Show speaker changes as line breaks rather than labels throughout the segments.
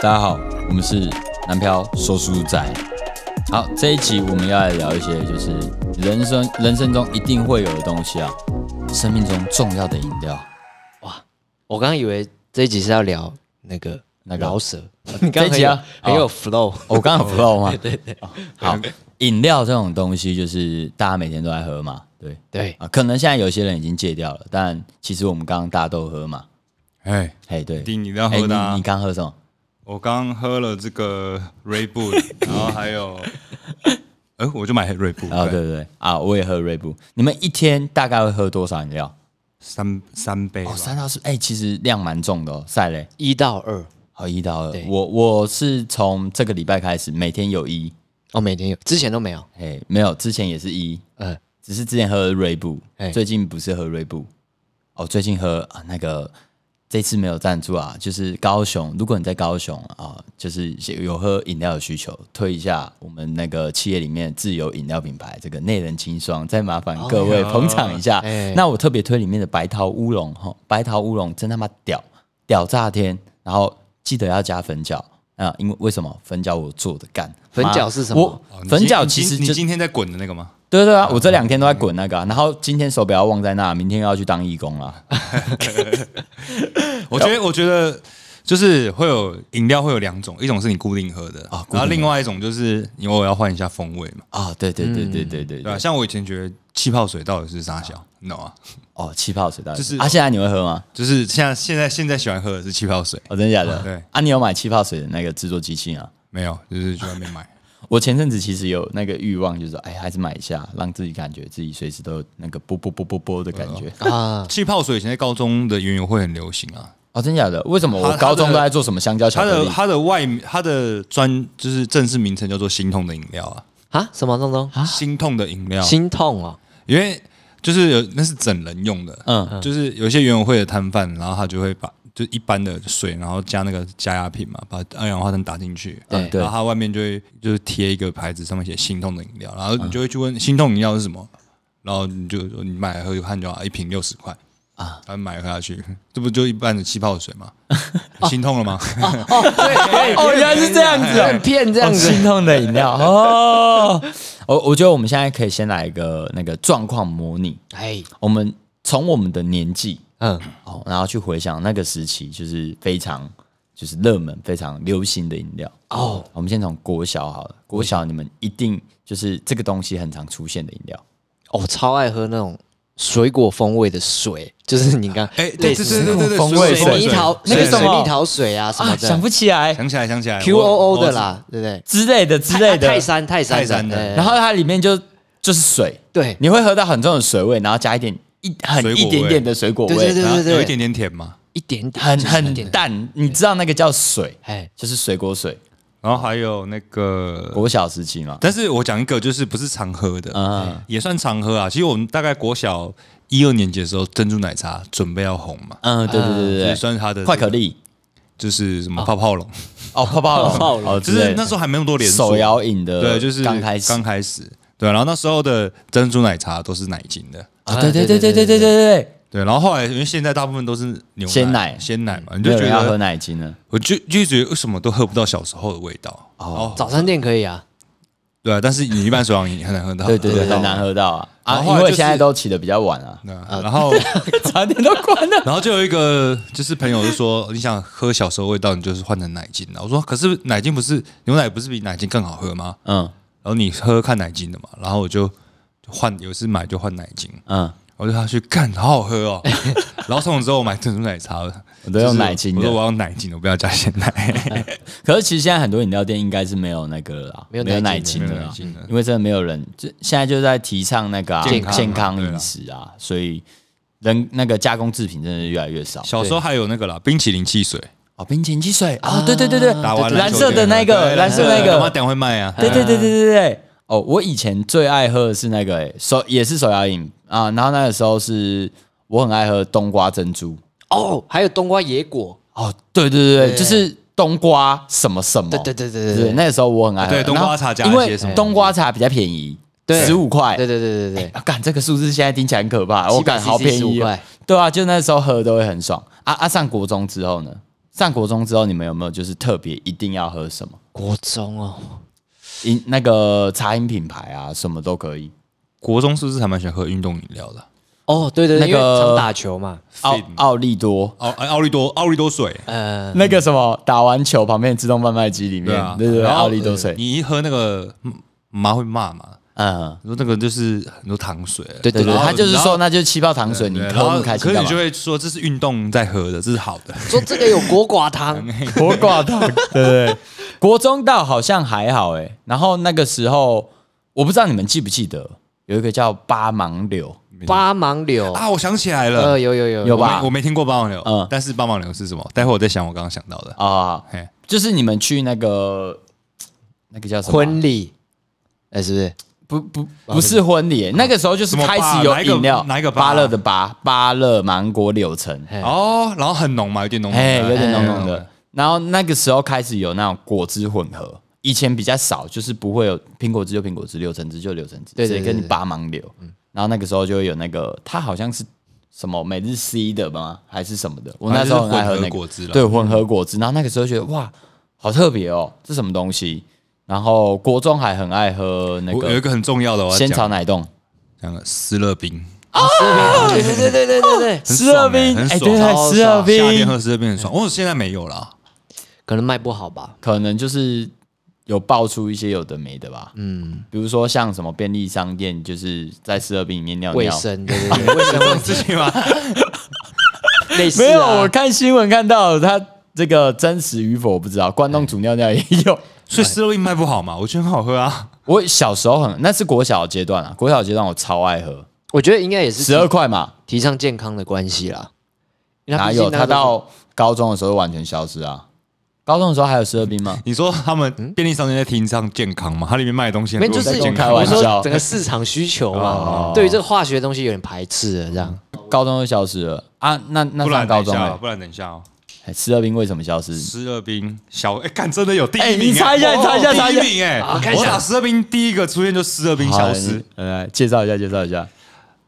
大家好，我们是南漂说书仔。好，这一集我们要来聊一些，就是人生人生中一定会有的东西啊，生命中重要的饮 料。
我刚刚以为这一集是要聊那个
那个
饶舌，你刚
这一
刚很
集
有
啊
很有
哦
flow，
我刚刚有 flow 吗？
对对
好，饮料这种东西就是大家每天都在喝嘛，对
对，
啊，可能现在有些人已经戒掉了，但其实我们刚刚大家都喝嘛，
哎，
嘿，对，
一定一定要
哎
喝的啊
你你刚喝什么？
我刚喝了这个 Ray Bull，然 后还有，哎，我就买 Ray Bull，
啊，对，对对啊，我也喝瑞布。你们一天大概会喝多少饮
啊
料？
三三杯吧
哦，，三到四，哎，其实量蛮重的哦。赛嘞，
一到二，
好一到二
对。
我我是从这个礼拜开始每天有一，
哦，每天有，之前都没有，
哎，没有，之前也是一，
呃，
只是之前喝瑞布
哎，
最近不是喝瑞布，哦，最近喝啊那个。这次没有赞助啊，就是高雄。如果你在高雄啊，就是有喝饮料的需求，推一下我们那个企业里面自有饮料品牌这个内人清霜，再麻烦各位捧场一下。
哦哎
那我特别推里面的白桃乌龙哈，白桃乌龙真他妈屌屌炸天！然后记得要加粉饺啊，因为为什么粉饺我做的干？
粉饺
妈
是什么
我
哦你
粉
今
饺
你
其
今
实
你
就
今天在滚的那个吗？
对对啊，我这两天都在滚那个啊、然后今天手表要忘在那，明天又要去当义工了。
我觉
呃
得，我觉得就是会有饮料会有两种，一种是你固定喝的
啊固定喝
然后另外一种就是你偶尔要换一下风味嘛，
啊、对对对对对对啊
对吧、啊
对，
像我以前觉得气泡水到底是啥小，你懂吗？
哦，气泡水到底
就是
啊，现在你会喝吗？
就是像现在现在喜欢喝的是气泡水，
哦，真的假的？
对
啊，你有买气泡水的那个制作机器啊？
没有，就是去外面买。
我前阵子其实有那个欲望，就是哎，还是买一下，让自己感觉自己随时都有那个啵啵啵啵啵的感觉。
啊，
气泡水以前在高中的园游会很流行啊，
哦，真假的？为什么
它
我
它
高中
的
都在做什么香蕉巧
它
克
的
力？
它的外它的专就是正式名称叫做心痛的饮料啊，
啊，什么东东？
心痛的饮料，
心痛哦，
因为就是有那是整人用的，
嗯，
就是有一些园委会的摊贩，然后他就会把就一般的水，然后加那个加压品嘛，把二氧化碳打进去，
对
嗯
对
然后它外面就会就是贴一个牌子，上面写心痛的饮料，然后你就会去问心痛饮料是什么，然后你就你买来喝就看就好，一瓶六十块。
啊
啊，他买喝下去， 这不就一般的气泡水吗？心痛了吗？
哦，原来是这样子哦
被骗这样子
哦心痛的饮料哦。我我觉得我们现在可以先来一个那个状况模拟，
哎，
我们从我们的年纪
嗯，
哦，然后去回想那个时期，就是非常就是热门、非常流行的饮料
哦。
我们先从国小好了，国小你们一定就是这个东西很常出现的饮料。
我哦超爱喝那种水果风味的水，就是你刚
哎，
类
对对
似
对对对对，
风味
水蜜
水
桃
那
水
个
水
什么
水蜜桃水啊什么
想
的
不起来
想起来想起来
，Q O O
我
的啦，对不对？啊
之类的之类的。
泰山泰山
泰山的
对
然后它里面就就是水，
对
你会喝到很重的水味，然后加一点一很
水果
一
味
点点的水果味，
对对
我
对
然后
对对，
有一点点甜嘛，
一点点，
很
就是一点
很
点，
淡，你知道那个叫水，
哎，
就是水果水。
然后还有那个，
国小时期嘛，
但是我讲一个就是不是常喝的，
嗯
也算常喝啊。其实我们大概国小一二年级的时候，珍珠奶茶准备要红嘛，
嗯，对对对
啊就
对
是
对，
算是它的
快可，丽
就是什么泡泡龙，
哦，泡泡龙
泡泡龙
哦，之
就
类
是
的
那时候还没那么多连锁
手摇饮的，
对，就是
刚开始，
刚开始，对。然后那时候的珍珠奶茶都是奶精的，
啊，对对对对对对对对
对。然后后来因为现在大部分都是牛
鲜奶
鲜奶嘛，你
对，
就
没有
觉
人要喝
得，
奶精了，
我就就觉得为什么都喝不到小时候的味道哦，
早餐店可以啊，
对啊，但是你一般手摇饮你很难喝到，
对对对，
喝
很
到
难喝到啊啊，
然后
因
后来
为
就是
现在都起的比较晚啊，
对啊然后，
早点都关了。
然后就有一个就是朋友就说，你想喝小时候味道，你就是换成奶精啊了。我说，可是奶精不是牛奶不是比奶精更好喝吗？
嗯
然后你喝喝看奶精的嘛，然后我就换，有一次买就换奶精，
嗯，
我就他去干，好好喝 哦。然后从此之后我买珍珠奶茶了，
我都用奶精的
就是我说我要奶精的，我不要加鲜 奶。
可是其实现在很多饮料店应该是没有那个了啦，
没有
没有
奶
奶
精
精
的
的
没有
啦
奶精的，
因为真的没有人，就现在就在提倡那个啊
健康
健康
对啊
饮食啊，所以人那个加工制品真的是越来越少。
小时候还有那个啦，冰淇淋汽水，
哦，冰淇淋汽水啊，对对对对，
打完
蓝色的那个，蓝色那
他
个，
等会卖啊。
对
嗯
对对对对对。哦，我以前最爱喝的是那个、欸、手，也是手摇饮啊。然后那个时候是我很爱喝冬瓜珍珠。
哦，还有冬瓜野果，
哦，对对对，
对
就是冬瓜什么什么。
对对对对
对
对对，
那个时候我很爱喝。
对冬瓜茶加一些
然后因为
什么
冬瓜茶比较便宜，
对
十五块，
对对对对对，
啊，干这个数字现在听起来很可怕，
700
我感
CC
好便宜、
15
哦
块。
对啊，就那时候喝都会很爽。啊啊，上国中之后呢？上国中之后，你们有没有就是特别一定要喝什么
国中哦，
饮那个茶饮品牌啊，什么都可以。
国中是不是还蛮喜欢喝运动饮料的？
哦对对，对
那个
因为常打球嘛，
奥
Fin
奥利多，
奥哎奥利多奥利多水，
呃，
那个什么打完球旁边的自动贩卖机里面，
对啊，
对对对，
然后
奥利多
呃
水，
你一喝那个嗯妈会骂嘛，
嗯，
说那个就是很多糖水，
对
对对，
然后
他就是
然后
说那就是气泡糖水，你
对然
喝那
后
么开
可
心
是
干
你
嘛
就？会说这是运动在喝的，这是好的。
说这个有国寡 糖，
我寡 糖，对对对，国中到好像还好哎、然后那个时候我不知道你们记不记得有一个叫八芒柳，
八芒柳，
啊，我想起来了
呃，，有有有
有吧
我没我没听过八王牛
嗯，
但是八王牛是什么？待会我再想我刚刚想到的。
啊、
嘿
就是你们去那个那个叫什么啊
婚礼，哎，是不是？
不不不是婚礼、欸那个时候就是
什么
开
吧
始有
哪一个
饮料，
哪一个吧
芭乐的芭，芭乐芒果柳橙，
哎
哦，然后很浓嘛，有点浓，
哎，有点
哎
浓浓的。。然后那个时候开始有那种果汁混合，以前比较少，就是不会有苹果汁就苹果汁，柳橙汁就柳橙汁，
对对
谁
对
跟你
对
拔芒柳。然后那个时候就会有那个，它好像是什么每日 C 的吗？还是什么的？我那时候很爱喝
反正
那
就是混合
个
果汁了
对，混合果汁。然后那个时候觉得哇，好特别哦，这什么东西？然后国中还很爱喝那
我有一
个
个很重要的，我要
仙草
讲，
奶冻、
讲了斯乐冰，
对对啊对对对对对，
很
十二
爽
冰，
哎
哎，
很
对，
爽，
超
十二
爽
夏天喝
冰，
斯乐冰很爽。哦，现在没有了，
可能卖不好吧？
可能就是有爆出一些有的没的吧。
嗯，
比如说像什么便利商店，就是在四合饼里面尿
卫
尿。
生，对对 对，卫生问题
是吗？
类似啊
没有，我看新闻看到他这个真实与否我不知道。关东煮尿尿也 有。
所以斯乐冰卖不好嘛，我觉得很好喝啊。
我小时候很，那是国小阶段啊，国小阶段我超爱喝，
我觉得应该也是
十二块嘛，
提倡健康的关系啦。因为它
哪
毕竟
有？
那
他
个
到高中的时候就完全消失啊。高中的时候还有十二冰吗？
你说他们便利商店在提倡健康嘛？它里面卖的东西
没
很
有
多
就是
在
健
公开
康
玩
我
笑
说整个市场需求嘛，对于这个化学的东西有点排斥了，这样
高中就消失了啊？那那
不
上
然
高
等一
中欸
下
了
哦，不然等一下哦。
哎十二冰为什么消失？
十二冰小哎，干真的有第
哎
一
你
名，
猜一下你猜一下
哦
猜一
第
下
一名哎，
看一
我
下
打十二冰第一个出现就十二冰消失
啊好，。来来介绍一下，介绍一下。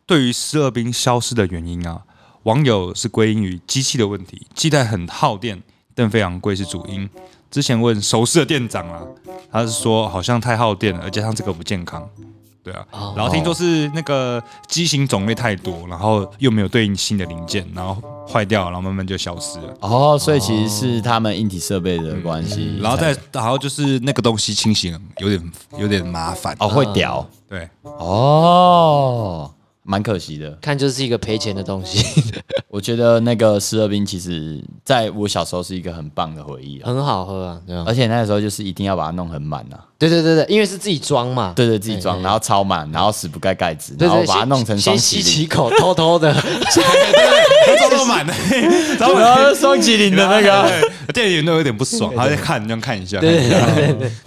对于湿二冰消失的原因啊，网友是归因于机器的问题，基带很耗电，电费昂贵是主因。之前问熟识的店长啊，他是说好像太耗电了，而加上这个不健康。对啊，然后听说是那个机型种类太多，然后又没有对应新的零件，然后坏掉，然后慢慢就消失了。
哦，所以其实是他们硬体设备的关系，
哦嗯
然后再，然后就是那个东西清洗有点有点麻烦。
哦会屌
对，
嗯
哦，蛮可惜的。
看就是一个赔钱的东西，
我觉得那个十二冰其实在我小时候是一个很棒的回忆啊，
很好喝啊，对吧？
而且那个时候就是一定要把它弄很满啊，
对对对对，因为是自己装嘛，
对着自己装，然后超满，然后死不盖盖子，
哎对
然后
对，
把它
先
弄成双
先
麒
吸
麟，
几口，偷偷 的，
他装到满了，然后
然后双麒麟的那个。
对店员都有点不爽，他在看，这样看一下，看一下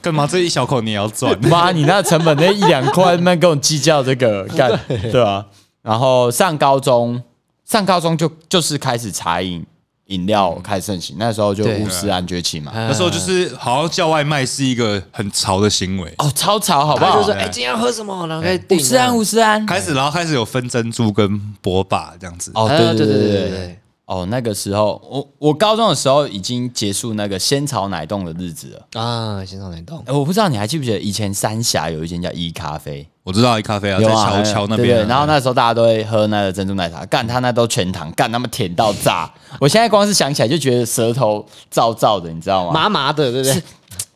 干嘛这一小口你也要赚？
妈，你那成本那一两块，那跟我计较这 个干，对啊。然后上高中，上高中就就是开始茶饮饮料开始盛行，那时候就
对
乌斯兰崛起嘛。
那时候就是好像叫外卖是一个很潮的行为，
哦，超潮好不
他就
好
说：“？哎，今天要喝什么？”然后开始
五
订
十安，
啊
五十安。
开始然后开始有分珍珠跟波霸这样子。
哦，
哎
对对
对
对
对
对
对
对
对。
哦，那个时候，我我高中的时候已经结束那个仙草奶冻的日子了。
啊，先上来动。
哎我不知道你还记不记得以前三峡有一间叫一咖啡，
我知道一咖啡啊，在
有啊，
桥桥那
对对
边啊，
然后那时候大家都会喝那个珍珠奶茶，干他那都全糖，干他们甜到炸。我现在光是想起来就觉得舌头燥燥的，你知道吗？
麻麻的，对不对？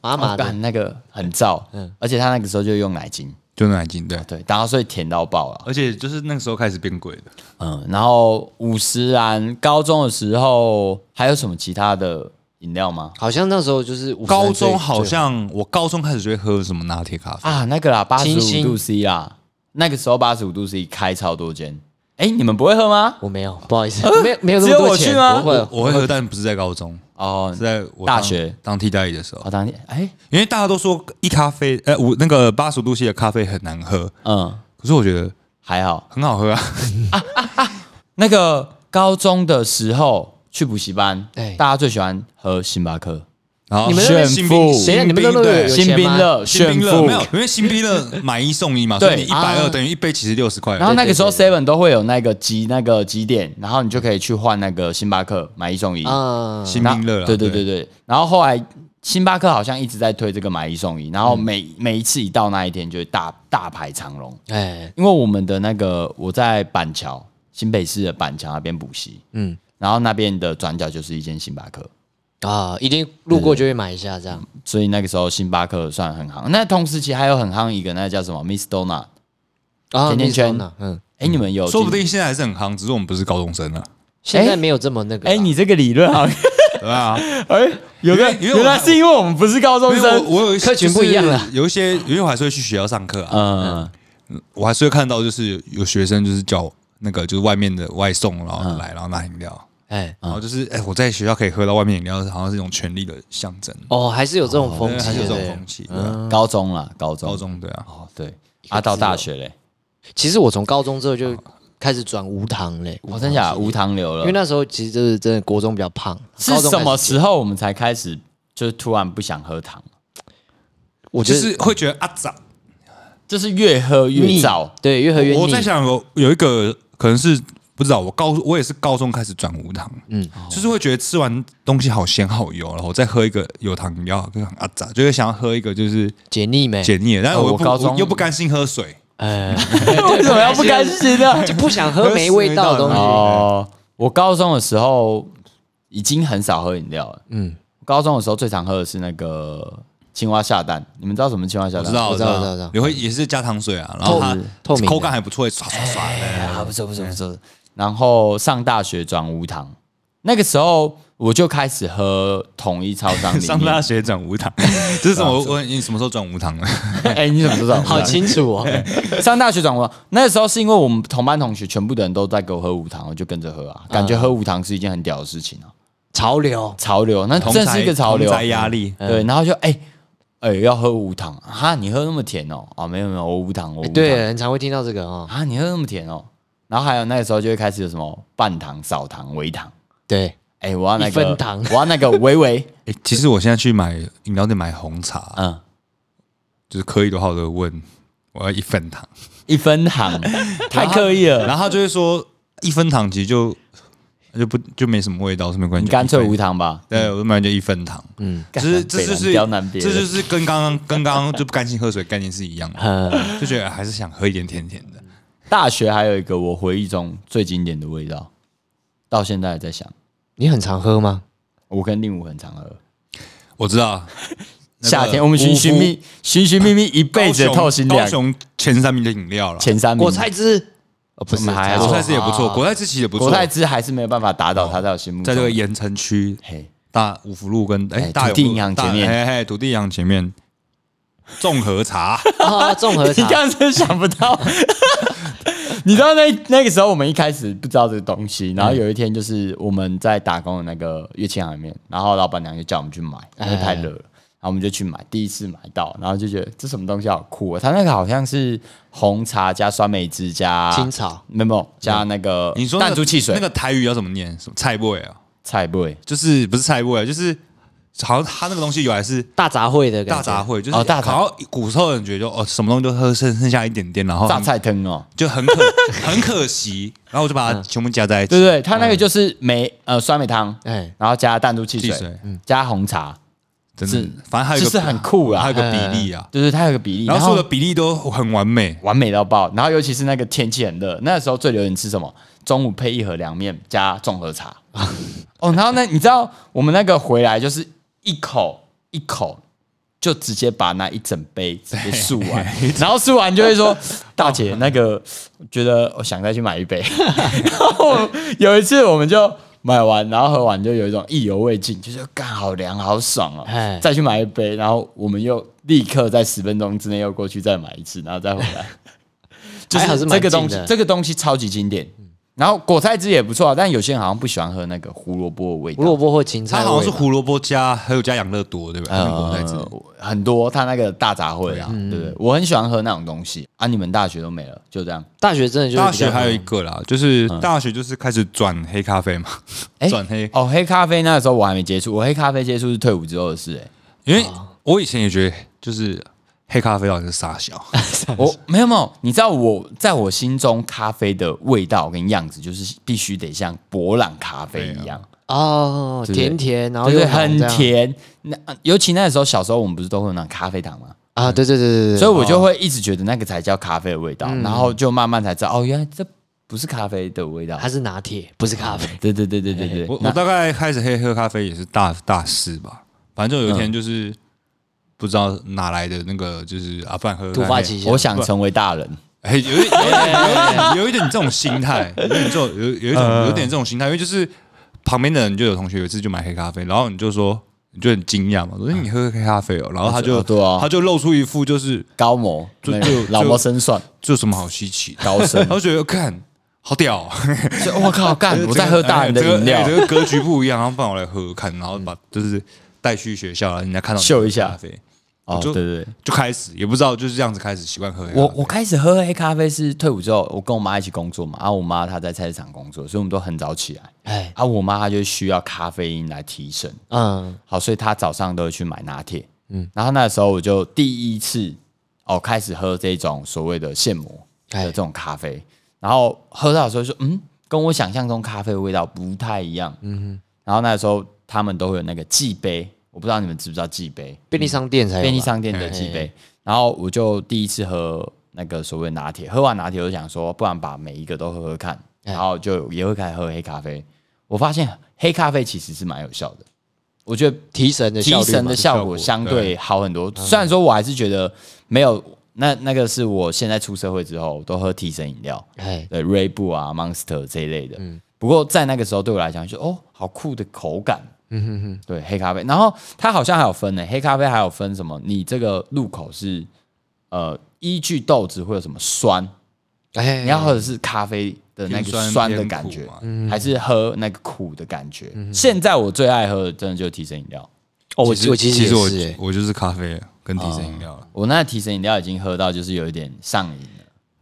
麻麻
哦
的，嗯
干那个很燥，而且他那个时候就用奶精，
就那南京对，
对，然后所以甜到爆
哎
了。
而且就是那个时候开始变贵的，
嗯，然后五十兰高中的时候还有什么其他的饮料吗？
好像那时候就是50
高
最
中好像我高中开始就会喝什么拿铁咖啡，
啊，那个啦，八十
清
五
新
度 C 啦，那个时候八十五度 C 开超多间。哎，你们不会喝吗？
我没有，不好意思，没有没有
只
那
有
么
我
多
去
钱，
吗
不会，
我会喝，但不是在高中，
哦
是，在我
大
当
学
当替代役的时候
好，当天，哎，
因为大家都说一咖啡，呃，我那个八十度 C 的咖啡很难喝，
嗯，
可是我觉得
还好。
很好喝啊。
那个高中的时候去补习班，
哎
大家最喜欢喝星巴克。
然后
你们那
炫
边
富
新
谁啊
兵
你们那边
对
有
新
钱
兵
吗
乐
新
炫
兵乐
富
没，有，因为新兵乐买一送一嘛，所以你
对
一百二
啊
等于一杯其实六十块而已。
然后那个时候
对
Seven 都会有那个集那个几点，然后你就可以去换那个星巴克买一送一。
啊，
新
然后
兵乐啦，
对对对对。然后后来星巴克好像一直在推这个买一送一，然后每、每一次一到那一天就会大大排长龙，
哎，
因为我们的那个我在板桥新北市的板桥那边补习，
嗯
然后那边的转角就是一间星巴克，
啊，一定路过就会买一下这样。
所以那个时候星巴克算很夯。那同时期还有很夯一个，那叫什么 Miss Donut。
啊，
甜甜圈
蜜蜂啊嗯，
哎，你们有
说不
进
定现在还是很夯，只是我们不是高中生了，啊
现在没有这么那个啦。
哎，你这个理论好像
对啊，
哎，有
因
个
为因为我
原来是因为我们不是高中
因为我
生，
我有一些
客群不一样了
就是有一些因为我还是会去学校上课啊，
嗯，
我还是会看到就是有学生就是叫那个就是外面的外送，然后来然后拿饮料，
哎，
然后就是哎我在学校可以喝到外面饮料，好像是一种权力的象征，
哦，还是有这种风
对
气，
还是有这种
对
风气，对啊
高中啦，高中，
高中对啊，
哦，对，啊，到大学嘞，
其实我从高中之后就开始转无糖嘞，
哦
我真假的无糖流
因为
了，
那时候其实就是真的国中比较胖，
是
高中
什么
开始
时候我们才开始就是突然不想喝糖？
我觉
就
得
是会觉得啊咋，
就是越喝越
腻
燥，
对，越喝越腻。
我在想有有一个可能是。不知道，我高我也是高中开始转无糖，嗯，就是会觉得吃完东西好咸好油，然后我再喝一个有糖饮料，就很啊咋，就会想要喝一个就是
解腻没？
解腻的，但是
哦
我又
我
不、
高
我
中
又不甘心喝水，
哎，
为什么要不甘心
啊
呢？
就不想喝没味道的 东
喝死味道
西。
哦，我高中的时候已经很少喝饮料了，
嗯，
高中的时候最常喝的是那个青蛙下蛋，你们知道什么是青蛙下
我
蛋？
知道，
我
知
知道
道，
我知道我知道
也会也是加糖水啊，然后它
透明的
口感还不错，刷刷刷的。
哎好不错不错不
嗯
错。然后上大学转无糖，那个时候我就开始喝统一超商里
上大
面。
学转无糖， 这是什么？我你什么时候转无糖的？
哎、你怎么知道？
啊
好清楚
嗯
哦。
上大学转无糖，那个时候是因为我们同班同学全部的人都在给我喝无糖，我就跟着喝啊，感觉喝无糖是一件很屌的事情啊，
潮流，
潮流，那
同
真
才
是一个潮流嗯
同。才压力，
对，然后就哎哎、要喝无糖哈，你喝那么甜哦啊没有没有我无糖我无糖
哎对，很常会听到这个哦。
啊你喝那么甜哦，然后还有那个时候就会开始有什么半糖、少糖、微糖，
对，
哎、我要那
一
个
分糖
我要那个微微。
诶其实我现在去买饮料店买红茶，
嗯，
就是可以的话，我都会问我要一份糖，
一分糖， 太刻意了。
然后他就会说一分糖其实就就不就没什么味道，是没关系，
你干脆无
糖。
糖吧。
对，我买就一分糖，嗯，只是这就是
北南刁难
这
别人
就是跟刚刚跟刚刚就不甘心喝水概念是一样的，
呃，
就觉得还是想喝一点甜甜的。
大学还有一个我回忆中最经典的味道，到现在还在想。
你很常喝吗？
我跟令武很常喝，
我 知道，那个
夏天我们寻寻觅寻寻觅觅一辈子的透心
高
凉，
雄前三名的饮料了。
前三名。
果菜汁，哦，不
我
是，
们还
猜
好
错
国菜嗯汁也不错，
啊
国菜汁其实也不错。
国泰之还是没有办法打倒他在我心目中。
在这个盐城区
嘿，
大五福路跟哎
哎
大
土地
有
银行前面
大嘿哎嘿土地银行前面综合茶，
啊，综 合
你
茶
刚刚真想不到。 你知道那那个时候我们一开始不知道这个东西，然后有一天就是我们在打工的那个乐器行里面，然后老板娘就叫我们去买，
哎
因为太热了，然后我们就去买，第一次买到，然后就觉得这什么东西好酷啊！它那个好像是红茶加酸梅汁加
青，草，
没有没有加那个
嗯你说那
弹珠汽水，
那个台语要怎么念？什么菜味啊？
菜不会
就是不是菜味啊？就是好像它那个东西有来是。
大杂烩的感
大
觉
杂烩就是，
哦大杂
好像古时候人觉得就哦，什么东西都喝剩剩下一点点，然后
榨菜汤哦。
就很可 很可惜，然后我就把它全部加在一
嗯对
起。
对，它那个就是梅呃酸梅汤，
哎，
然后加弹珠汽水，
汽水嗯
加红茶，
真
是
的，反正还有一
就
个
是很酷啦嗯
还有一个比例啊，
就是它有个比例，
然后所有的比例都很完美。
完美到爆。然后尤其是那个天气很热，那时候最流行吃什么？中午配一盒凉面加综合茶。 哦，然后呢，你知道我们那个回来就是一口一口。就直接把那一整杯直接漱完，然后漱完就会说：“大姐，那个我觉得我想再去买一杯。” 然后有一次我们就买完，然后喝完就有一种意犹未尽，就是干好凉好爽哦
哎，
再去买一杯，然后我们又立刻在十分钟之内又过去再买一次，然后再回来。就
还好是
这
蛮
个
近
东西
的，
这个东西超级经典。然后果菜汁也不错啊，但有些人好像不喜欢喝那个胡萝卜的味道。
胡萝卜或芹菜
它
味吧，
好像是胡萝卜加还有加养乐多，对吧？那个果菜汁
呃，很多它那个大杂烩啊，
嗯
对不对？我很喜欢喝那种东西啊，你们大学都没了，就这样。
大学
嗯
真的就是
大
比较
学还有一个啦，就是大学就是开始转黑咖啡嘛，
哎
转
嗯
黑，
哦，黑咖啡那时候我还没接触，我黑咖啡接触是退伍之后的 事、哎，
因为我以前也觉得就是黑咖啡到底是傻小，
我没有没有，你知道我在我心中咖啡的味道跟样子，就是必须得像博朗咖啡一样，
哦，
对不对
甜甜，然后
就
又
是
浓
很
这样
甜。那呃尤其那时候小时候，我们不是都会有那种咖啡糖吗？
啊，对对对对对，
所以我就会一直觉得那个才叫咖啡的味道，然后就慢慢才知道，哦，原来这不是咖啡的味道。
它是拿铁，不是咖啡。
对对对对对对，
我我
那
大概开始黑喝咖啡也是大大四吧，反正就有
嗯
一天就是不知道哪来的那个就是啊，不然喝喝
突
看
发
黑
奇想，
我想成为大人。
哎，有一有一点有一点这种心 态，有一点这种有有一种
嗯
有一点这种心态，因为就是旁边的人就有同学有一次就买黑咖啡，然后你就说你就很惊讶嘛，说哎你喝黑咖啡哦，然后他就
哦对啊
他就露出一副就是
高模，
就
那
就
个老谋深算，
这有什么好稀奇的，
高深
然。后觉得看好屌哦，
就我靠， 干！我在喝大人的
这个
饮料嗯
哎，这个格局不一样，然后不然我来喝喝看，然后把就是带去学校，然后人家看到你
秀一下
喝咖啡，
哦，
就
对对对，
就开始也不知道就是这样子开始习惯喝黑咖啡。
我我开始喝黑咖啡是退伍之后，我跟我妈一起工作嘛，啊，我妈她在菜市场工作，所以我们都很早起来，
哎，
啊，我妈她就需要咖啡因来提神，
嗯，
好，所以她早上都会去买拿铁，嗯，然后那时候我就第一次哦开始喝这种所谓的现磨的
哎
这种咖啡，然后喝到的时候就说，嗯，跟我想象中咖啡的味道不太一样，嗯然后那时候他们都会有那个寄杯，我不知道你们知不知道寄杯，
便利商店才有吧，
便利商店的鸡杯。然后我就第一次喝那个所谓拿铁，喝完拿铁我就想说，不然把每一个都喝喝看，然后就也会开始喝黑咖啡。我发现黑咖啡其实是蛮有效的，我觉得
提神的效嗯
提
率
神
嘛
的
效
效
果
果相
对
对好很多。虽然说我还是觉得没有那那个是我现在出社会之后都喝提神饮料，
哎，
对锐步啊、Monster 这一类的。
嗯
不过在那个时候对我来讲，就哦，好酷的口感。
嗯哼哼，
对，黑咖啡。然后它好像还有分呢、黑咖啡还有分什么？你这个入口是呃，依据豆子会有什么酸？
哎，
你要喝的是咖啡的那
偏
个
酸
酸的
偏
感
苦
觉
嘛，嗯
还是喝那个苦的感觉？
嗯
现在我最爱喝的真的就是提神饮料。
哦，我
其
我其实
其
也
实我
是，
欸
哎
我就是咖啡跟提神饮料了。
我那提神饮料已经喝到就是有一点上瘾了。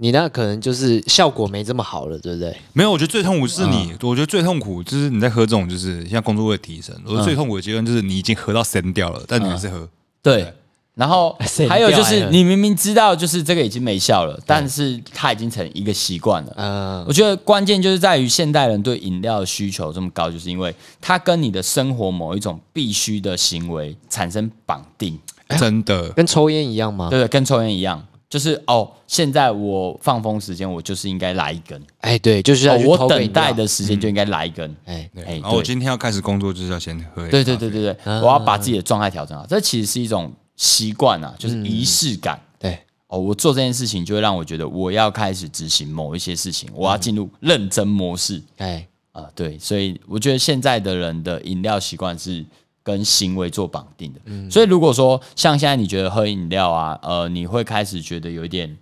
你那可能就是效果没这么好了，对不对？
没有，我觉得最痛苦是
嗯
你，我觉得最痛苦就是你在喝这种就是像工作会提
嗯
神。我觉得最痛苦的阶段就是你已经喝到神掉了，但你还是喝。
对，然后
谁
还有就
掉来
是
了
你明明知道就是这个已经没效了，但是它已经成一个习惯了。
嗯，
我觉得关键就是在于现代人对饮料的需求这么高，就是因为它跟你的生活某一种必须的行为产生绑定，
真
哎
的，
跟抽烟一样吗？
对不对？跟抽烟一样，就是哦，现在我放风时间，我就是应该来一根，
哎，对，就是要
哦
去
我
偷个饮
等待
料，嗯
的时间就应该来一根。
哎，
对
哎
然后我
对
今天要开始工作，就是要先喝。
对对对，对对，我要把自己的状态调整好，这其实是一种习惯啊，就是仪式感。
对，
哦，我做这件事情就会让我觉得我要开始执行某一些事情，我要进入认真模式。
哎，
啊、对，所以我觉得现在的人的饮料习惯是跟行为做绑定的。所以如果说像现在你觉得喝饮料啊，呃，你会开始觉得有一点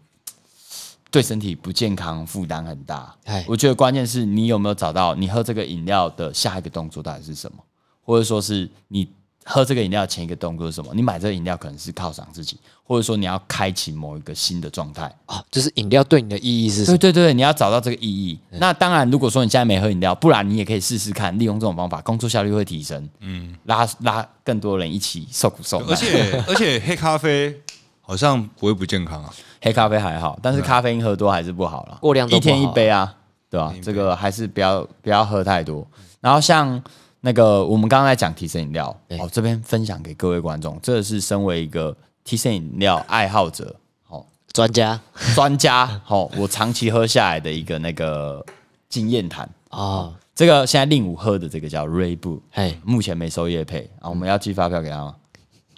对身体不健康负担很大
哎。
我觉得关键是你有没有找到你喝这个饮料的下一个动作到底是什么，或者说是你。喝这个饮料前一个动作是什么？你买这个饮料可能是犒赏自己，或者说你要开启某一个新的状态。
哦，就是饮料对你的意义是什
对
么？
对对，你要找到这个意义。那当然，如果说你现在没喝饮料，不然你也可以试试看，利用这种方法，工作效率会提升。嗯，拉拉更多人一起受苦受难。
而且而且黑咖啡好像不会不健康啊。
黑咖啡还好，但是咖啡因喝多还是不好啦，
过量都
一
不好
天一杯啊，对吧、这个还是不要不要喝太多。然后像那个我们刚刚在讲提神饮料，哦，这边分享给各位观众，这是身为一个提神饮料爱好者， 好、
专家
专家，好、我长期喝下来的一个那个经验谈。
哦，
这个现在令武喝的这个叫 Ray b u
哎，
目前没收业配啊，我们要寄发票给他吗？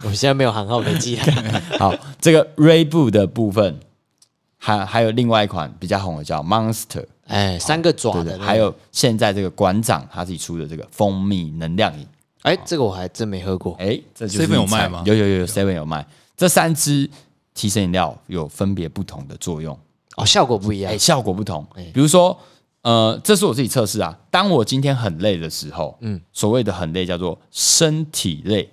我现在没有行号可以记啊，
好，这个 Ray b u 的部分，还还有另外一款比较红的叫 Monster，
哎，三个爪
对
的
的，
那个，
还有现在这个馆长他自己出的这个蜂蜜能量饮，
哎，这个我还真没喝过，
哎，这就是
7-Eleven 有
你猜
卖吗
有有有有 Seven 有卖，这三支提神饮料有分别不同的作用。
哦，效果不一样
哎哎、，效果不同。比如说呃，这是我自己测试啊。当我今天很累的时候，嗯，所谓的很累叫做身体累，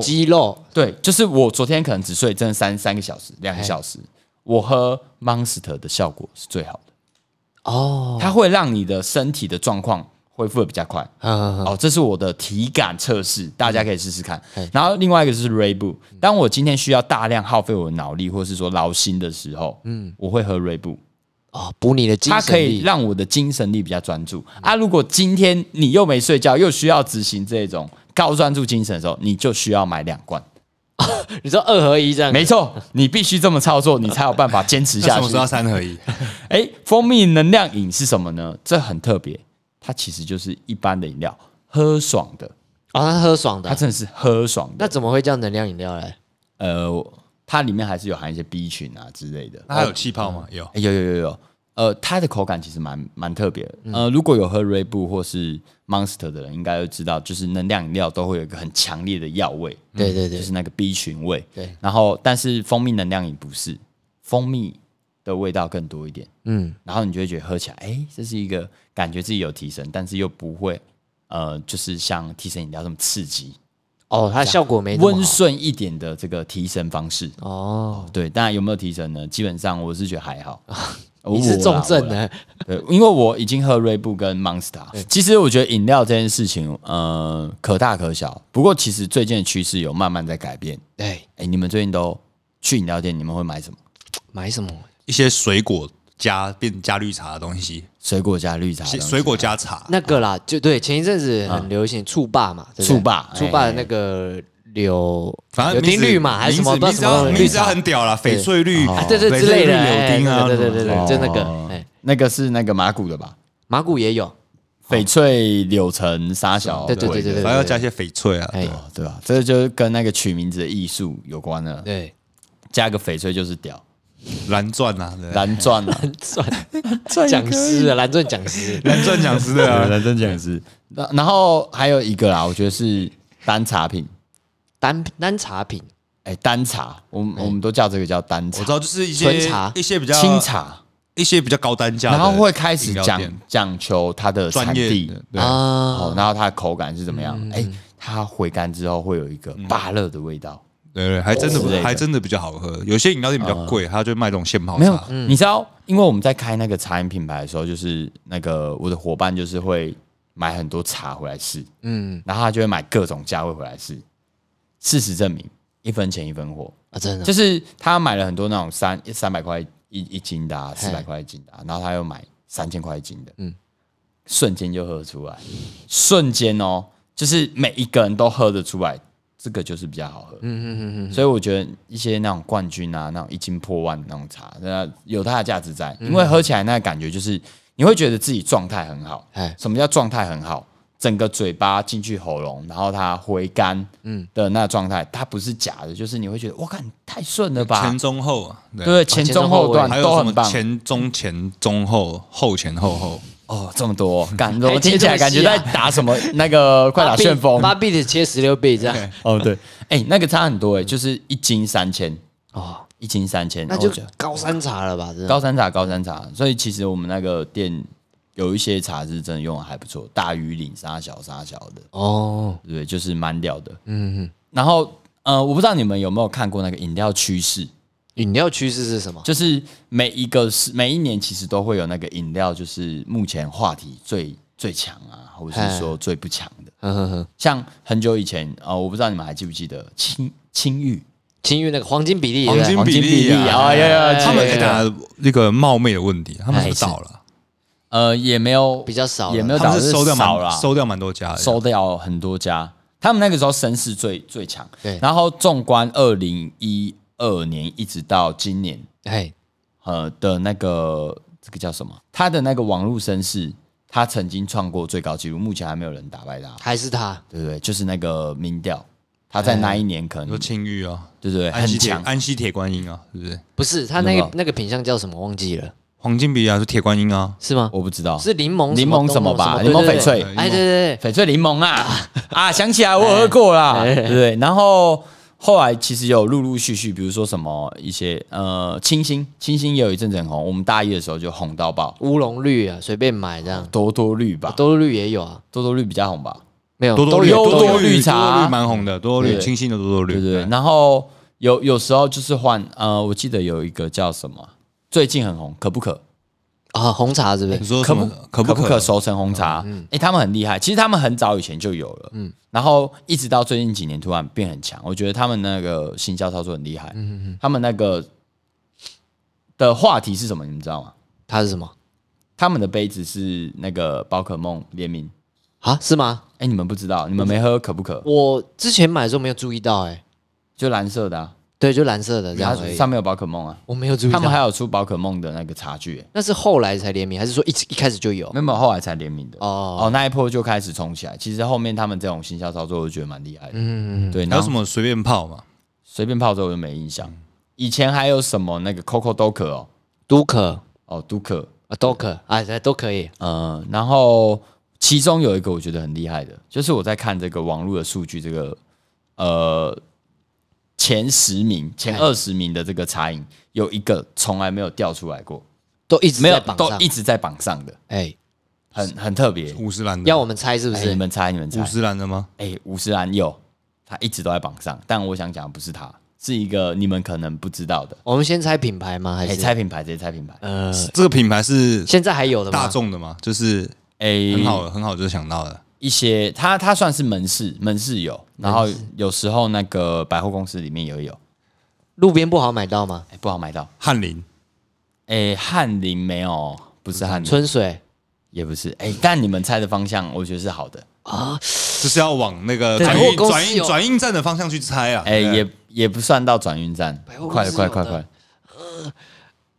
肌肉
对，就是我昨天可能只睡真的三三个小时、两个小时，我喝 Monster 的效果是最好的，
哦，
它会让你的身体的状况恢复的比较快。
嗯，
哦，这是我的体感测试，大家可以试试看。然后另外一个就是 Raybu，当我今天需要大量耗费我的脑力或是说劳心的时候，嗯，我会喝 Raybu，
哦，补你的精
它
神
可以
力，
让我的精神力比较专注啊。如果今天你又没睡觉，又需要执行这种高专注精神的时候，你就需要买两罐。
你知道二合一这样，
没错，你必须这么操作，你才有办法坚持
那
下
什么
去
时候。要三 合一？
哎，蜂蜜能量饮是什么呢？这很特别，它其实就是一般的饮料，喝爽的，
啊，他喝爽的
它
啊，
真的是喝爽的。
那怎么会叫能量饮料嘞？
呃，它里面还是有含一些 B 群啊之类的。
那它有气泡吗？有。
欸有有有有，呃，它的口感其实蛮蛮特别的。
嗯
呃，如果有喝瑞布或是 Monster 的人，应该都知道，就是能量饮料都会有一个很强烈的药味，
对对
就
对
是，那个 B 群味。
嗯对，
然后但是蜂蜜能量饮不是，蜂蜜的味道更多一点，
嗯，
然后你就会觉得喝起来，哎、这是一个感觉自己有提神，但是又不会。呃，就是像提神饮料这么刺激、
哦，它效果没那么
温
好
顺一点的这个提神方式，
哦，
对，当然有没有提神呢？基本上我是觉得还 好。我
你是重症，
哦我啦
的，
我啦对，因为我已经喝瑞布跟 Monster。其实我觉得饮料这件事情，呃，可大可小。不过其实最近的趋势有慢慢在改变。
对，
哎，你们最近都去饮料店，你们会买什么？
买什么？
一些水果加变加绿茶的东西，
水果加绿茶的东西，
水果加茶，
那个啦，就对，前一阵子很流行醋霸嘛，对不对
醋霸
醋霸的那个柳，
反
柳
正名
丁
字
绿嘛，还是什么，
名
不
字
知
名字
道什
要
么
名
绿
字要
茶，
很屌啦，翡翠绿，
啊对对
翡
之类
翠绿
的，
柳丁啊，
哎对对对对，
哦
对就那个，哎，
那个是那个马古的吧？
马古也有，
翡翠、柳橙、沙小，
哦啊对对对对对
然后要加一些翡翠啊，
哎
对，
哦，对吧？这个就是跟那个取名字的艺术有关了。
对，
加个翡翠就是屌，
蓝钻啊，对
蓝钻啊，
算讲师啊，蓝钻讲师，
蓝钻讲师 的啊，
人真讲是。那然后还有一个啦，我觉得是单茶品，
单单茶品，
哎、单茶，我们、我们都叫这个叫单
哎我
茶，
知道就是一些
纯茶
一些比较
清，茶，
一些比较高单价的
然
饮料
后
店，
会开始讲讲求它的产
专业
地
的，对嗯
哦
啊，，
然后它的口感是怎么样？哎、它回甘之后会有一个芭乐的味道。
对对，还真的
之类的
不还真的比较好喝。有些饮料店比较贵，
啊
它就卖这种现泡
没有
茶，，
你知道，因为我们在开那个茶饮品牌的时候，就是那个我的伙伴就是会买很多茶回来试，
嗯
然后他就会买各种价位回来试。事实证明，一分钱一分货。
啊，真的
就，是他买了很多那种三三百块一一斤的、啊，四百块一斤的、啊，然后他又买三千块一斤的，嗯
嗯，
瞬间就喝出来，瞬间哦，就是每一个人都喝得出来，这个就是比较好喝。
嗯嗯嗯嗯，
所以我觉得一些那种冠军啊，那种一斤破万的那种茶，那有它的价值在，因为喝起来那个感觉就是你会觉得自己状态很好。
哎，
什么叫状态很好？整个嘴巴进去喉咙，然后它回甘，嗯的那状态，它不是假的，就是你会觉得哇，看太顺了吧
前？中后啊，对
对，前中后段
还有
都
什
很
么
棒
前中前中后后前后后，
哦，这么多，感
还
我听起来感觉在打什么那个快打旋风
八 bit 切十六 bit 这样，
哦，对，哎，那个差很多哎，就是一斤三千，
哦，
一斤三千，
那
我
就
觉得
高山茶了吧，真的，
高山茶高山茶，所以其实我们那个店有一些茶是真的用的还不错，大鱼岭沙小沙小的，
哦，
对不对，就是蛮屌的。
嗯，嗯
然后呃，我不知道你们有没有看过那个饮料趋势，
饮料趋势是什么？
就是每一个是每一年其实都会有那个饮料，就是目前话题最最强啊，或者是说最不强的。
呵呵呵，
像很久以前呃，我不知道你们还记不记得青青玉
青玉那个黄金比例，
黄金
黄金
比
比
例
例
啊
啊，有哎有
他们
有
在打那个冒昧的问题，他们是不是倒了，
呃也没有
比较少了
也没有
他
倒
们是收掉
少啦
蛮收掉蛮多家的，
收掉很多家。他们那个时候声势最最强，
对
然后纵观二零一二年一直到今年，
哎，
呃的那个这个叫什么？他的那个网络声势，他曾经创过最高纪录，目前还没有人打败他，
还是他，
对不对？就是那个民调，他
哎
在那一年可
你
能、
说青玉啊，
对对对
安
很
溪铁
强，
安溪铁观音啊，是不是？
不是他那
有没
个
有
那个品相叫什么忘记了，
黄金比利啊，是铁观音啊，
是吗？
我不知道
是柠檬
柠檬什么吧
东
柠檬翡翠
对对对对哎，对对 对，
翡翠柠檬啊啊，想起来我有喝过啦，对不对？然后后来其实有陆陆续续，比如说什么一些呃清新，清新也有一阵子很红，我们大一的时候就红到爆，
乌龙绿啊，随便买这样，
多多绿吧，
多多绿也有啊，
多多绿比较红吧，
没有
多多
都
绿
有
多
都
多
有
绿茶
多多绿蛮红的，多多绿
对
清新的多多绿，哎
对对对。然后有有时候就是换呃，我记得有一个叫什么，最近很红，可不可？
啊，红茶是不
你
是？
说
可
什
不
么？可
不
不
可熟成红茶？嗯，哎、他们很厉害，其实他们很早以前就有了，嗯，然后一直到最近几年突然变很强，我觉得他们那个行销操作很厉害，嗯嗯，他们那个的话题是什么？你们知道吗？
它是什么
他们的杯子是那个宝可梦联名，
啊？是吗？
哎、你们不知道，你们没喝可不可？
我之前买的时候没有注意到，哎，
就蓝色的、啊，
对，就蓝色的这
它
样而已。
上面有宝可梦啊，
我没有注意
他们还
到，
有出宝可梦的那个茶具、欸，
那是后来才联名，还是说一直一开始就有？
没有没有后来才联名的。
哦，
哦，那一波就开始冲起来。其实后面他们这种行销操作，我觉得蛮厉害的。
嗯，
对，
还
然
有
后
什么随便泡嘛？
随便泡着我就没印象。以前还有什么那个 Coco 都可哦，
都可
哦都可，
啊，都可啊，对都可以。
嗯，然后其中有一个我觉得很厉害的，就是我在看这个网络的数据，这个呃前十名、前
哎
二十名的这个茶饮，有一个从来没有掉出来过，
都一直
没有
在榜
都
上
一。直在榜上的，
哎，
很很特别。
五十兰的，
要我们猜是不
哎你
是？
们猜，你们猜
五，十兰的吗？
哎，五十兰有，他一直都在榜上，但我想讲不是他，是一个你们可能不知道的，
我们先猜品牌吗？还
哎，
是
猜品牌，直接猜品牌，
呃，
这个品牌是
现在还有的吗？
大众的嘛，就是
哎，
很好的，很好就想到了。
一些，它它算是门市，门市有，然后有时候那个百货公司里面也有，
路边不好买到吗？
哎、不好买到。
翰林
哎、翰林没有，不是翰林，
春水
也不是。哎、但你们猜的方向，我觉得是好的。
啊，
就是要往那个
对
转
百货
运
公司
转运
有
转运站的方向去猜啊。
哎、
对不对
也也不算到转运站
百货，公
快
司
快
有
快
的
快！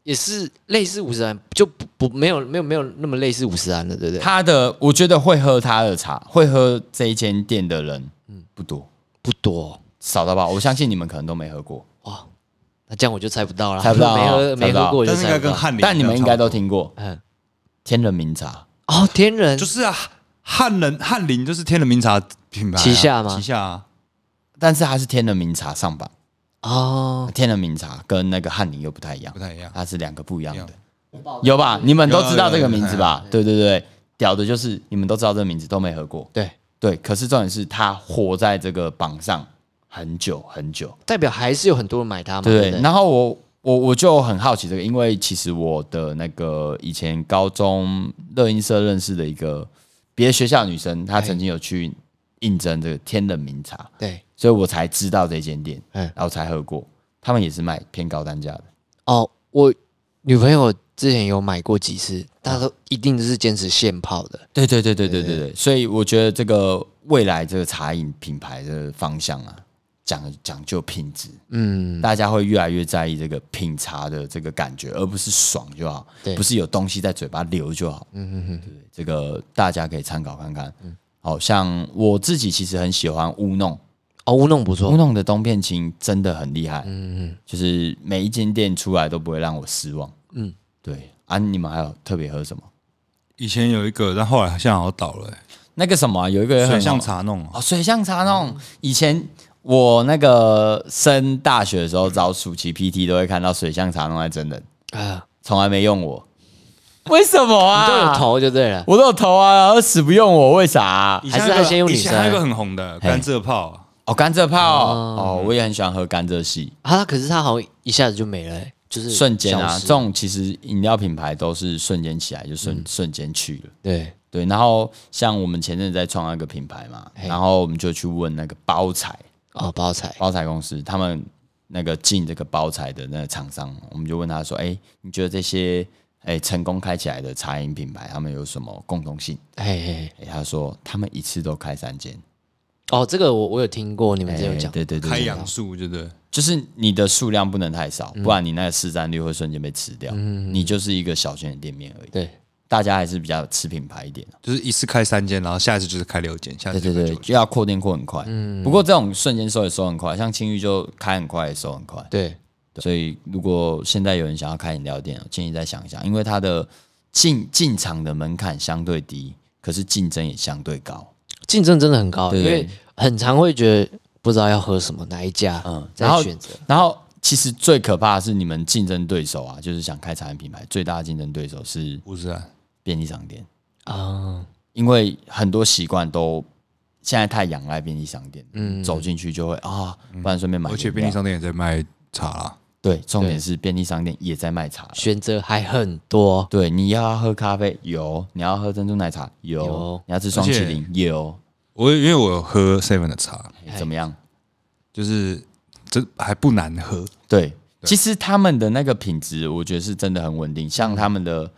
也是类似五十岚，就不不没有没有没有那么类似五十岚了，对不对？
他的，我觉得会喝他的茶，会喝这一间店的人，嗯，不多，
不多
少到爆。我相信你们可能都没喝过，
哇，那这样我就猜不到了，
猜不到
没喝
哦猜
没
不到
喝过我就
但是应
猜
该
不
跟
到。
翰林，
但你们应该都，听过
嗯，
天人茗茶。
哦，天人
就是啊，翰林翰林就是天人茗茶品牌啊
旗下吗
旗下啊，
但是它是天人茗茶上榜，
哦，
天人茗茶跟那个翰林又不太一样
不，太一样。
它是两个不一样
一
的
样，
有嗯吧？你们都知道这个名字
有有有有
吧？对对对，屌的就是你们都知道这个名字，都没喝过。
对，
对，可是重点是它活在这个榜上很久很久，
代表还是有很多人买它嘛，
对不
对不
嗯对。
对？
然后我我我就很好奇这个，因为其实我的那个以前高中乐音社认识的一个别的学校的女生，
哎
她曾经有去应征这个天冷茗茶，
对，
所以我才知道这间店，
哎
嗯
然后才喝过。他们也是卖偏高单价的，
哦，我女朋友之前有买过几次，她都一定是坚持现泡的，
对对对对对对对，所以我觉得这个未来这个茶饮品牌的方向啊，讲讲究品质，
嗯，
大家会越来越在意这个品茶的这个感觉，而不是爽就好，
对
不是有东西在嘴巴流就好，嗯嗯嗯，对，这个大家可以参考看看。好像我自己其实很喜欢乌弄，
哦，乌弄不
乌
错，
弄的东片青真的很厉害，嗯嗯，就是每一间店出来都不会让我失望，嗯，对啊，你们还有特别喝什么？
以前有一个，但后来现在好像倒了，欸
那个什么啊、有一个也很
水
好
象茶弄啊
哦，水象茶那
嗯
种，以前我那个升大学的时候找暑期 PT 都会看到水象茶弄在真人，
啊，
从来没用我，为什么啊？
你都有，投就对了，
我都有投啊，然后死不用我，为啥啊、
以前
还是
有一个
他先用
以
女
前
生
还有一个很红的甘蔗泡啊，
哦，甘蔗泡哦我也很喜欢喝甘蔗系，
啊，可是它好像一下子就没了、欸，就是
瞬间啊，
消失
这种其实饮料品牌都是瞬间起来就瞬、
嗯
瞬间去了。
对，
对，然后像我们前阵子在创那个品牌嘛，
嘿
然后我们就去问那个包材，
哦，包材，
包材公司，他们那个进这个包材的那个厂商，我们就问他说：“哎、你觉得这些哎、成功开起来的茶饮品牌，他们有什么共同性
嘿嘿，？”
哎、他说他们一次都开三间，
哦，这个我我有听过，你们
哎
之前有讲，
对对对
开
对
养树，对不对？
就是你的数量不能太少，不然你那个市占率会瞬间被吃掉，你就是一个小型的店面而已。
嗯对
大家还是比较吃品牌一点。
就是一次开三间，然后下一次就是开六间，下一
对
次
对
就开
对
九，间。
就要扩店扩很快。
嗯
不过这种瞬间收也收很快，像青玉就开很快，也收很快。
对
所以如果现在有人想要开饮料店，我建议再想一想，因为它的进进场的门槛相对低，可是竞争也相对高。
竞争真的很高，
对
因为很常会觉得不知道要喝什么哪一家，
嗯
嗯，
然后
再选择。
然后其实最可怕的是你们竞争对手啊，就是想开茶饮品牌，最大的竞争对手是
不是啊，
便利商店，
啊，
因为很多习惯都现在太仰赖便利商店，嗯，走进去就会啊，不然顺便买饮料，
嗯而且便利商店也在卖茶啦。
对，重点是便利商店也在卖茶，
选择还很多，
对，你要喝咖啡有，你要喝珍珠奶茶有，
有
你要吃双麒麟有，
我因为我有喝 Seven 的茶，
哎怎么样？
就是这还不难喝，
对，其实他们的那个品质，我觉得是真的很稳定，像他们的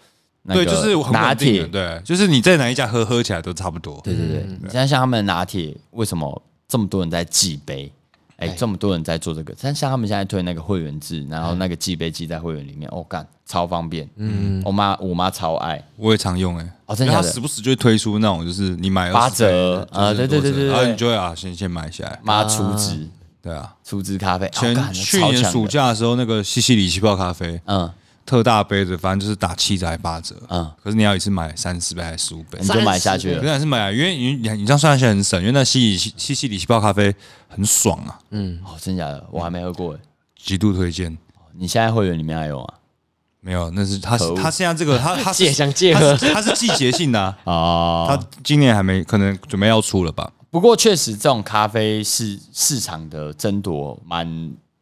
那个
对，就是很
拿
稳定
铁
的，对，就是你在哪一家喝，喝起来都差不多。
对对嗯对，你像像他们拿铁，为什么这么多人在记杯？哎、
哎
这么多人在做这个，但像他们现在推那个会员制，然后那个记杯记在会员里面，哦，干超方便。嗯，我妈我妈超爱，
我也常用哎、欸，
哦真的
因为
假的
它时不时就会推出那种，就是你买
八
20
折
杯的
啊
就是
对对对
多折
对对
然后你就会啊，先先买起来。
妈储值
对啊，
储值咖啡，哦
前
干
去
超
年
强
暑
的
假的时候，那个西西里气泡咖啡，
嗯，
特大杯的，反正就是打七折还八折。
嗯
嗯，可是你要一次买三十杯还是十五杯
你？就买下去
可
了。
是还是买啊，因为你你你这样算下来很省，因为那西里西西里气泡咖啡很爽啊，
哦，真假的，我还没喝过哎。
极度推荐。
你现在会员里面还有吗？
没有，那是它
可恶
它现在这个它它
借
是
想借
它
喝，
是它是季节性的、啊，
哦，
它今年还没，可能准备要出了吧？
不过确实，这种咖啡市市场的争夺蛮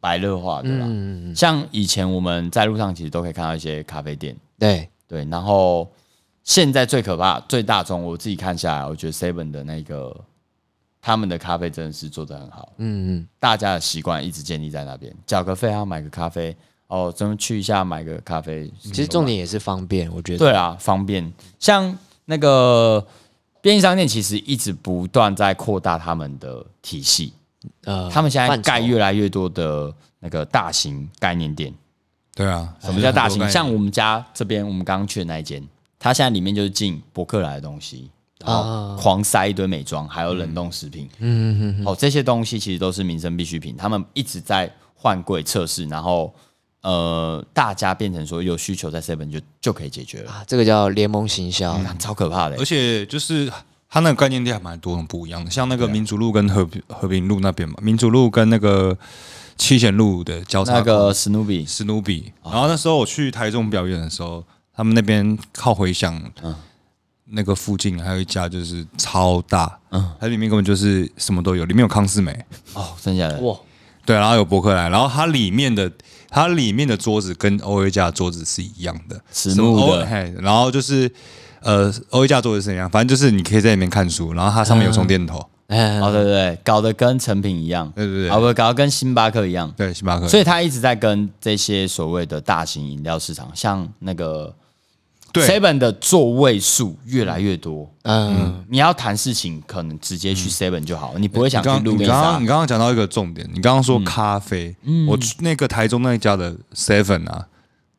白热化
嗯
的啦。像以前我们在路上其实都可以看到一些咖啡店，
对，
对。然后现在最可怕、最大众，我自己看下来，我觉得 Seven 的那个他们的咖啡真的是做得很好，
嗯嗯，
大家的习惯一直建立在那边，缴个费啊，买个咖啡，哦，咱们去一下买个咖啡。
其实重点也是方便，我觉得，
对啊，方便。像那个便利商店，其实一直不断在扩大他们的体系。
呃
他们现在
范畴
盖越来越多的那个大型概念店。
对啊，
什么叫大
很多
型？
概念
像我们家这边，我们刚刚去的那一间，它现在里面就是进博客来的东西，然后狂塞一堆美妆，还有冷冻食品。嗯嗯嗯。哦，这些东西其实都是民生必需品，他们一直在换柜测试，然后呃，大家变成说有需求在 Seven 就就可以解决了，
啊，这个叫联盟行销，
超可怕的欸、
而且就是它那个概念店还蛮多种不一样的，像那
啊
个民主路跟和平和平路那边嘛，民主路跟那个七贤路的交叉
那个哦
口
史努比，
史努比。然后那时候我去台中表演的时候，他们那边靠回响，
嗯
那个附近还有一家就是超大，
嗯
它里面根本就是什么都有，里面有康斯美，
哦，剩下的
哇，
对，然后有博客来，然后它里面的它里面的桌子跟欧 A 架的桌子是一样的，
实木的
什么欧嘿，然后就是呃欧 A 架桌子是一样，反正就是你可以在里面看书，然后它上面有充电头，
嗯，
哦，对对对，搞得跟成品一样，
对对对
啊不，搞得跟星巴克一样，
对，星巴克，
所
以
以他一直在跟这些所谓的大型饮料市场，像那个
对
Seven 的座位数越来越多。
嗯，
你要谈事情，可能直接去 Seven 就好了，你不会
嗯你
想去
刚
路嗯
你
易
刚刚
莎
你。刚刚讲到一个重点，你刚刚说咖啡，
嗯
我去那个台中那一家的 Seven 啊，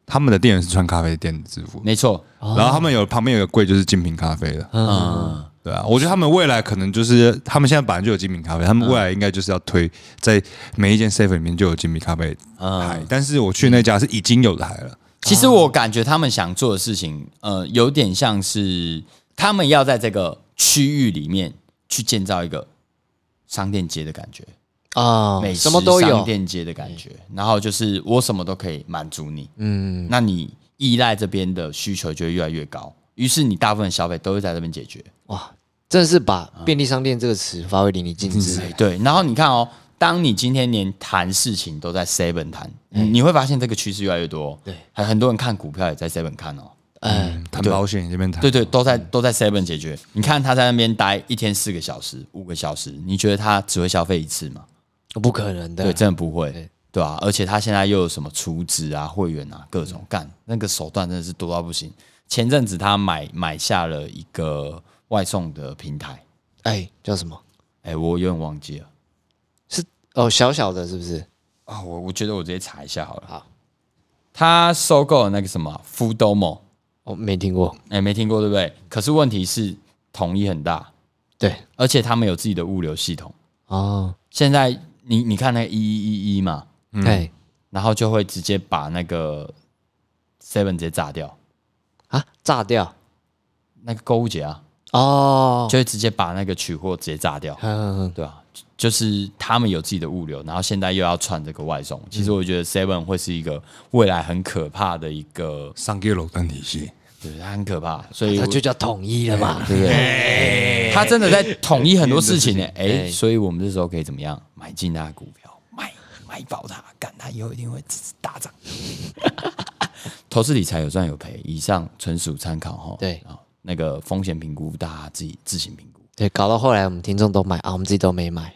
他们的店员是穿咖啡店的制服，
没错，
然后他们有旁边有个柜就是精品咖啡的，
哦嗯，
对啊，我觉得他们未来可能就是他们现在本来就有精品咖啡，他
嗯
们未来应该就是要推在每一间 Seven 里面就有精品咖啡台，
嗯
但是我去那家是已经有台了，
其实我感觉他们想做的事情，呃，有点像是他们要在这个区域里面去建造一个商店街的感觉，
啊
美，食
什么都
商
有，嗯
店街的感觉。然后就是我什么都可以满足你，嗯，那你依赖这边的需求就会越来越高，于是你大部分消费都会在这边解决。
哇，真的是把
啊
便利商店这个词发挥淋漓尽致，
哎对，然后你看哦，当你今天连谈事情都在 Seven 谈，你会发现这个趋势越来越多。
嗯对，
还很多人看股票也在 Seven 看哦。
嗯，
谈保险这边谈，
对对，都在都在 Seven 解决。你看他在那边待一天四个小时、五个小时，你觉得他只会消费一次吗？
哦不可能
对，
的，
真的不会，对啊，而且他现在又有什么储值啊、会员啊，各种干，那个手段真的是多到不行。前阵子他买买下了一个外送的平台，
哎，叫什么？
哎、我有点忘记了
是哦，小小的，是不是？
啊，我我觉得我直接查一下好了。
好，
他收购了那个什么 Foodomo，
我哦没听过，
哎、没听过对不对？可是问题是统一很大，
对，
而且他们有自己的物流系统。
哦，
现在你你看那个一一一一嘛，
哎，
然后就会直接把那个 Seven 直接炸掉，
啊，炸掉，
那个购物节啊。
哦，
就会直接把那个取货直接炸掉，
嗯，
对啊，就是他们有自己的物流，然后现在又要串这个外送，
嗯
其实我觉得 Seven 会是一个未来很可怕的一个，
上给楼单体系，
对，它很可怕，所以
它
我
啊就叫统一了嘛。
哎对不对？他真的在统一很多事情呢、哎、
哎
所以我们这时候可以怎么样？买进他的股票，买买爆它，干它以后一定会直大涨。 投资理财有赚有赔，以上纯属参考哈。
对
啊，那个风险评估大家自己自行评估。
对，搞到后来我们听众都买啊，我们自己都没买。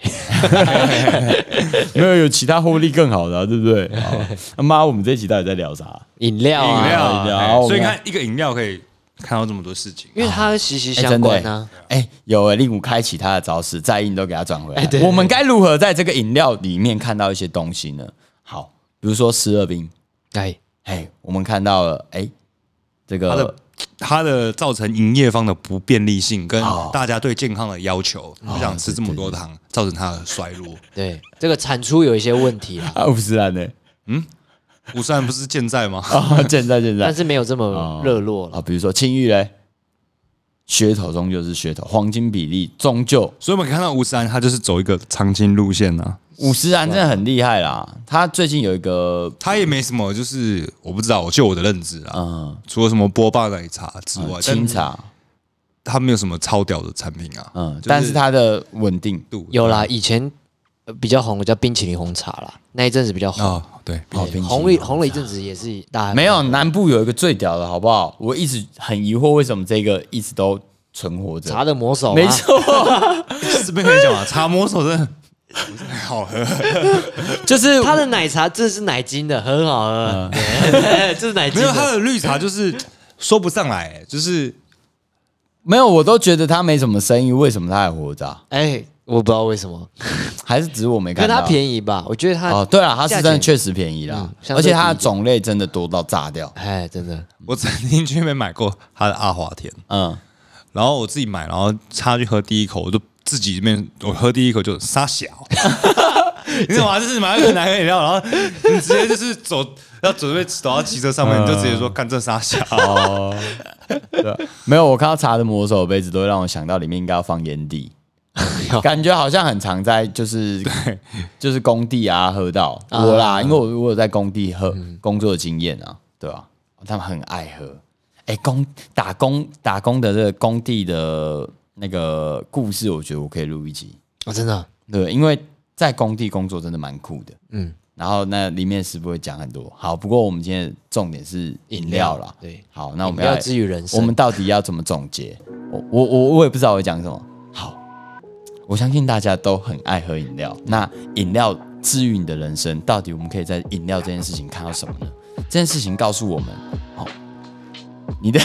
没有有其他获利更好的、啊，对不 对？好妈，我们这一集到底在聊啥？
饮料啊，
饮 料
饮
啊，
料
哎
我们
所以你看一个饮料可以看到这么多事情。
因为它息息
哎、
相
真的
关
欸
啊。
哎、有哎、令武开启他的招式，再硬都给他转回来。
哎对
我们该如何在这个饮料里面看到一些东西呢？好，比如说十二冰，
哎，
哎、我们看到了，哎、这
它的
个
它的造成营业方的不便利性，跟
哦
大家对健康的要求，
啊
不想吃这么多糖，造成它的衰 落。
对，这个产出有一些问题 啦，
啊，乌斯兰呢？
五十岚不是健在吗？
啊，现在现在
但是没有这么热络了。
啊，比如说青玉嘞，噱头终究是噱头，黄金比例终究
所以我们看到五十岚，它就是走一个长青路线啊，
五十岚真的很厉害啦。他最近有一个，
它也没什么，就是我不知道，我就我的认知啊，
嗯，
除了什么波霸奶茶之外，
清茶，
但它没有什么超屌的产品啊。
嗯
就，
但是它的稳定，
度
有啦，
嗯
以前呃比较红的叫冰淇淋红茶啦，那一阵子比较红，
哦，对，
哦
对
冰淇淋
红了红了一阵子，也是大家
没有南部有一个最屌的，好不好？我一直很疑惑，为什么这个一直都存活着？
茶的魔手啊，
没错，
这边可以讲啊，茶魔手真的很好喝，
就是嗯
它的奶茶这是奶精的，很好喝，对 这是奶精
没有它
的。
的绿茶就是说不上来，就是
没有，我都觉得他没什么生意，为什么他还活着啊、
哎，我不知道为什么，
还是只是我没
可
看
能
到？
它便宜吧？我觉得
哦
它，，
对了，它是
价钱
真的确实便宜啦
嗯，相
而
对
且它
低
的
一点
种类真的多到炸掉。
哎，真的，
我曾经去那边买过它的阿华田，
嗯，
然后我自己买，然后插去喝第一口，我就自己这边我喝第一口就 沙小，你怎么就是买了一个男饮料，然后你直接就是走要准备走到汽车上面，你就直接说干这沙小，
哦没有，我看到茶的魔手杯子都会让我想到里面应该要放烟 蒂
有，
感觉好像很常在就是就是工地啊喝到
啊嗯
我啦，因为我我有在工地喝工作的经验啊，对吧、他们很爱喝，哎、工打工打工的这个工地的那个故事，我觉得我可以录一集，
哦，真的，
对，因为在工地工作真的蛮酷的，
嗯，
然后那里面是不会讲很多。好，不过我们今天的重点是饮料啦。
饮料对
好，那我们
饮料
要
之于人生
我们到底要怎么总结？我我我我也不知道我讲什么。好，我相信大家都很爱喝饮料。那饮料之于你的人生，到底我们可以在饮料这件事情看到什么呢？这件事情告诉我们，好、你的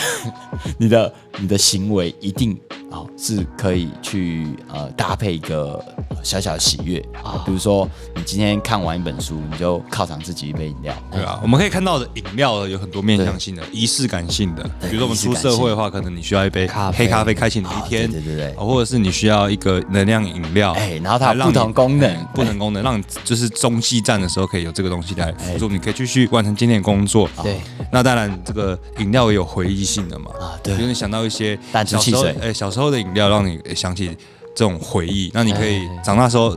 你的你的行为一定啊、哦是可以去呃搭配一个呃小小的喜悦啊，比如说你今天看完一本书，你就犒赏自己一杯饮料。
对啊，我们可以看到的饮料有很多面向性的、仪式感性的，比如说我们出社会的话，可能你需要一杯
咖啡
黑咖啡开启你的一天，
啊对对对对
哦或者是你需要一个能量饮料，
哎然后它有
来让你
不同功能
哎不同功能，让你就是中继站的时候可以有这个东西来辅助，你可以继续完成今天的工作。
哎对，
那当然这个饮料也有回忆性的嘛，
啊对
比如你想到一些
淡出
小时候
汽水
哎小时候的饮料，让你哎想起这种回忆，那你可以
哎
长大时候。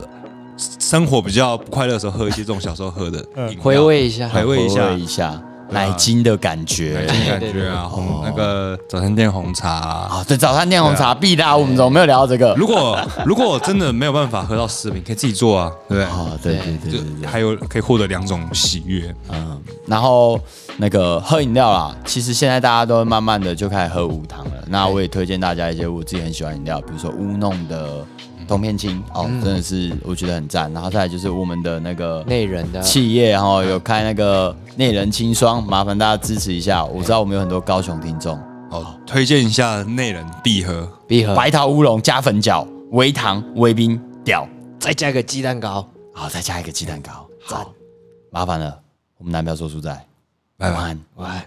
生活比较不快乐的时候，喝一些这种小时候喝的饮料，
嗯回味一下
回味一下，啊
一下奶精的感觉。
这种感觉啊，
哦
红那个早餐店红茶啊。
啊，对，早餐店红茶必啦，我们怎么没有聊到这个？
如果如果我真的没有办法喝到食品，可以自己做啊，对
哦
不
啊，对对对
对？
对
就
对，
还有可以获得两种喜悦，
嗯，然后那个喝饮料啦，其实现在大家都慢慢的就开始喝无糖了。那我也推荐大家一些我自己很喜欢饮料，比如说乌弄的铜片青，哦，
嗯
真的是我觉得很赞。然后再来就是我们的那个
内人
啊
的
企业哈、哦、有开那个内人清霜，麻烦大家支持一下。我知道我们有很多高雄听众，
哦，推荐一下内人必喝，
闭合，
白桃乌龙加粉饺、微糖、微冰，屌！
再加个鸡蛋糕，
好，再加一个鸡蛋糕，
赞
好，麻烦了，我们男票说书仔，
拜
晚
拜。
安。
晚安。